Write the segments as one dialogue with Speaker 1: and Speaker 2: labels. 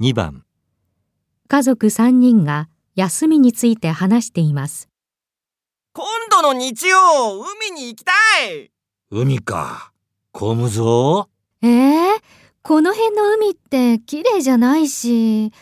Speaker 1: 2番
Speaker 2: 家族3人が休みについて話しています。
Speaker 3: 今度の日曜、海に行きたい
Speaker 1: 海か混むぞ
Speaker 2: ええこの辺の海って綺麗じゃないし、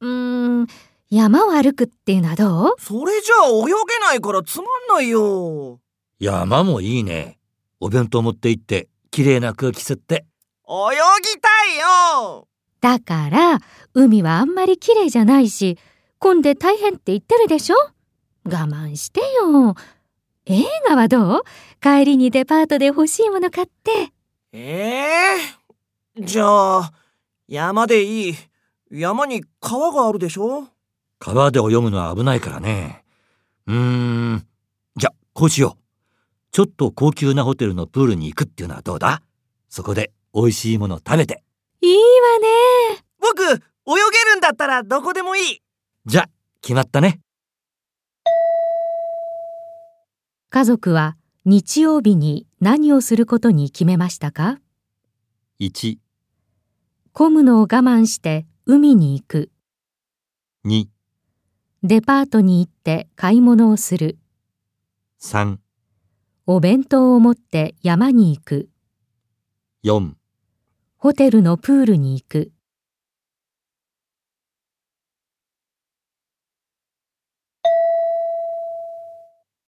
Speaker 2: うーん、山を歩くっていうのはどう
Speaker 3: それじゃあ泳げないからつまんないよ。
Speaker 1: 山もいいねお弁当持って行って綺麗な空気吸って
Speaker 3: 泳ぎたいよ
Speaker 2: だから、海はあんまり綺麗じゃないし、混んで大変って言ってるでしょ我慢してよ。映画はどう帰りにデパートで欲しいもの買って。
Speaker 3: ええじゃあ、山でいい。山に川があるでしょ
Speaker 1: 川で泳ぐのは危ないからねうーんじゃこうしようちょっと高級なホテルのプールに行くっていうのはどうだそこで美味しいもの食べて
Speaker 2: いいわね。
Speaker 3: 僕、泳げるんだったらどこでもいい。
Speaker 1: じゃ決まったね
Speaker 2: 家族は日曜日に何をすることに決めましたか
Speaker 1: 1、
Speaker 2: 混むのを我慢して海に行く。
Speaker 1: 2、
Speaker 2: デパートに行って買い物をする。
Speaker 1: 3、
Speaker 2: お弁当を持って山に行く。
Speaker 1: 4
Speaker 2: ホテルのプールに行く。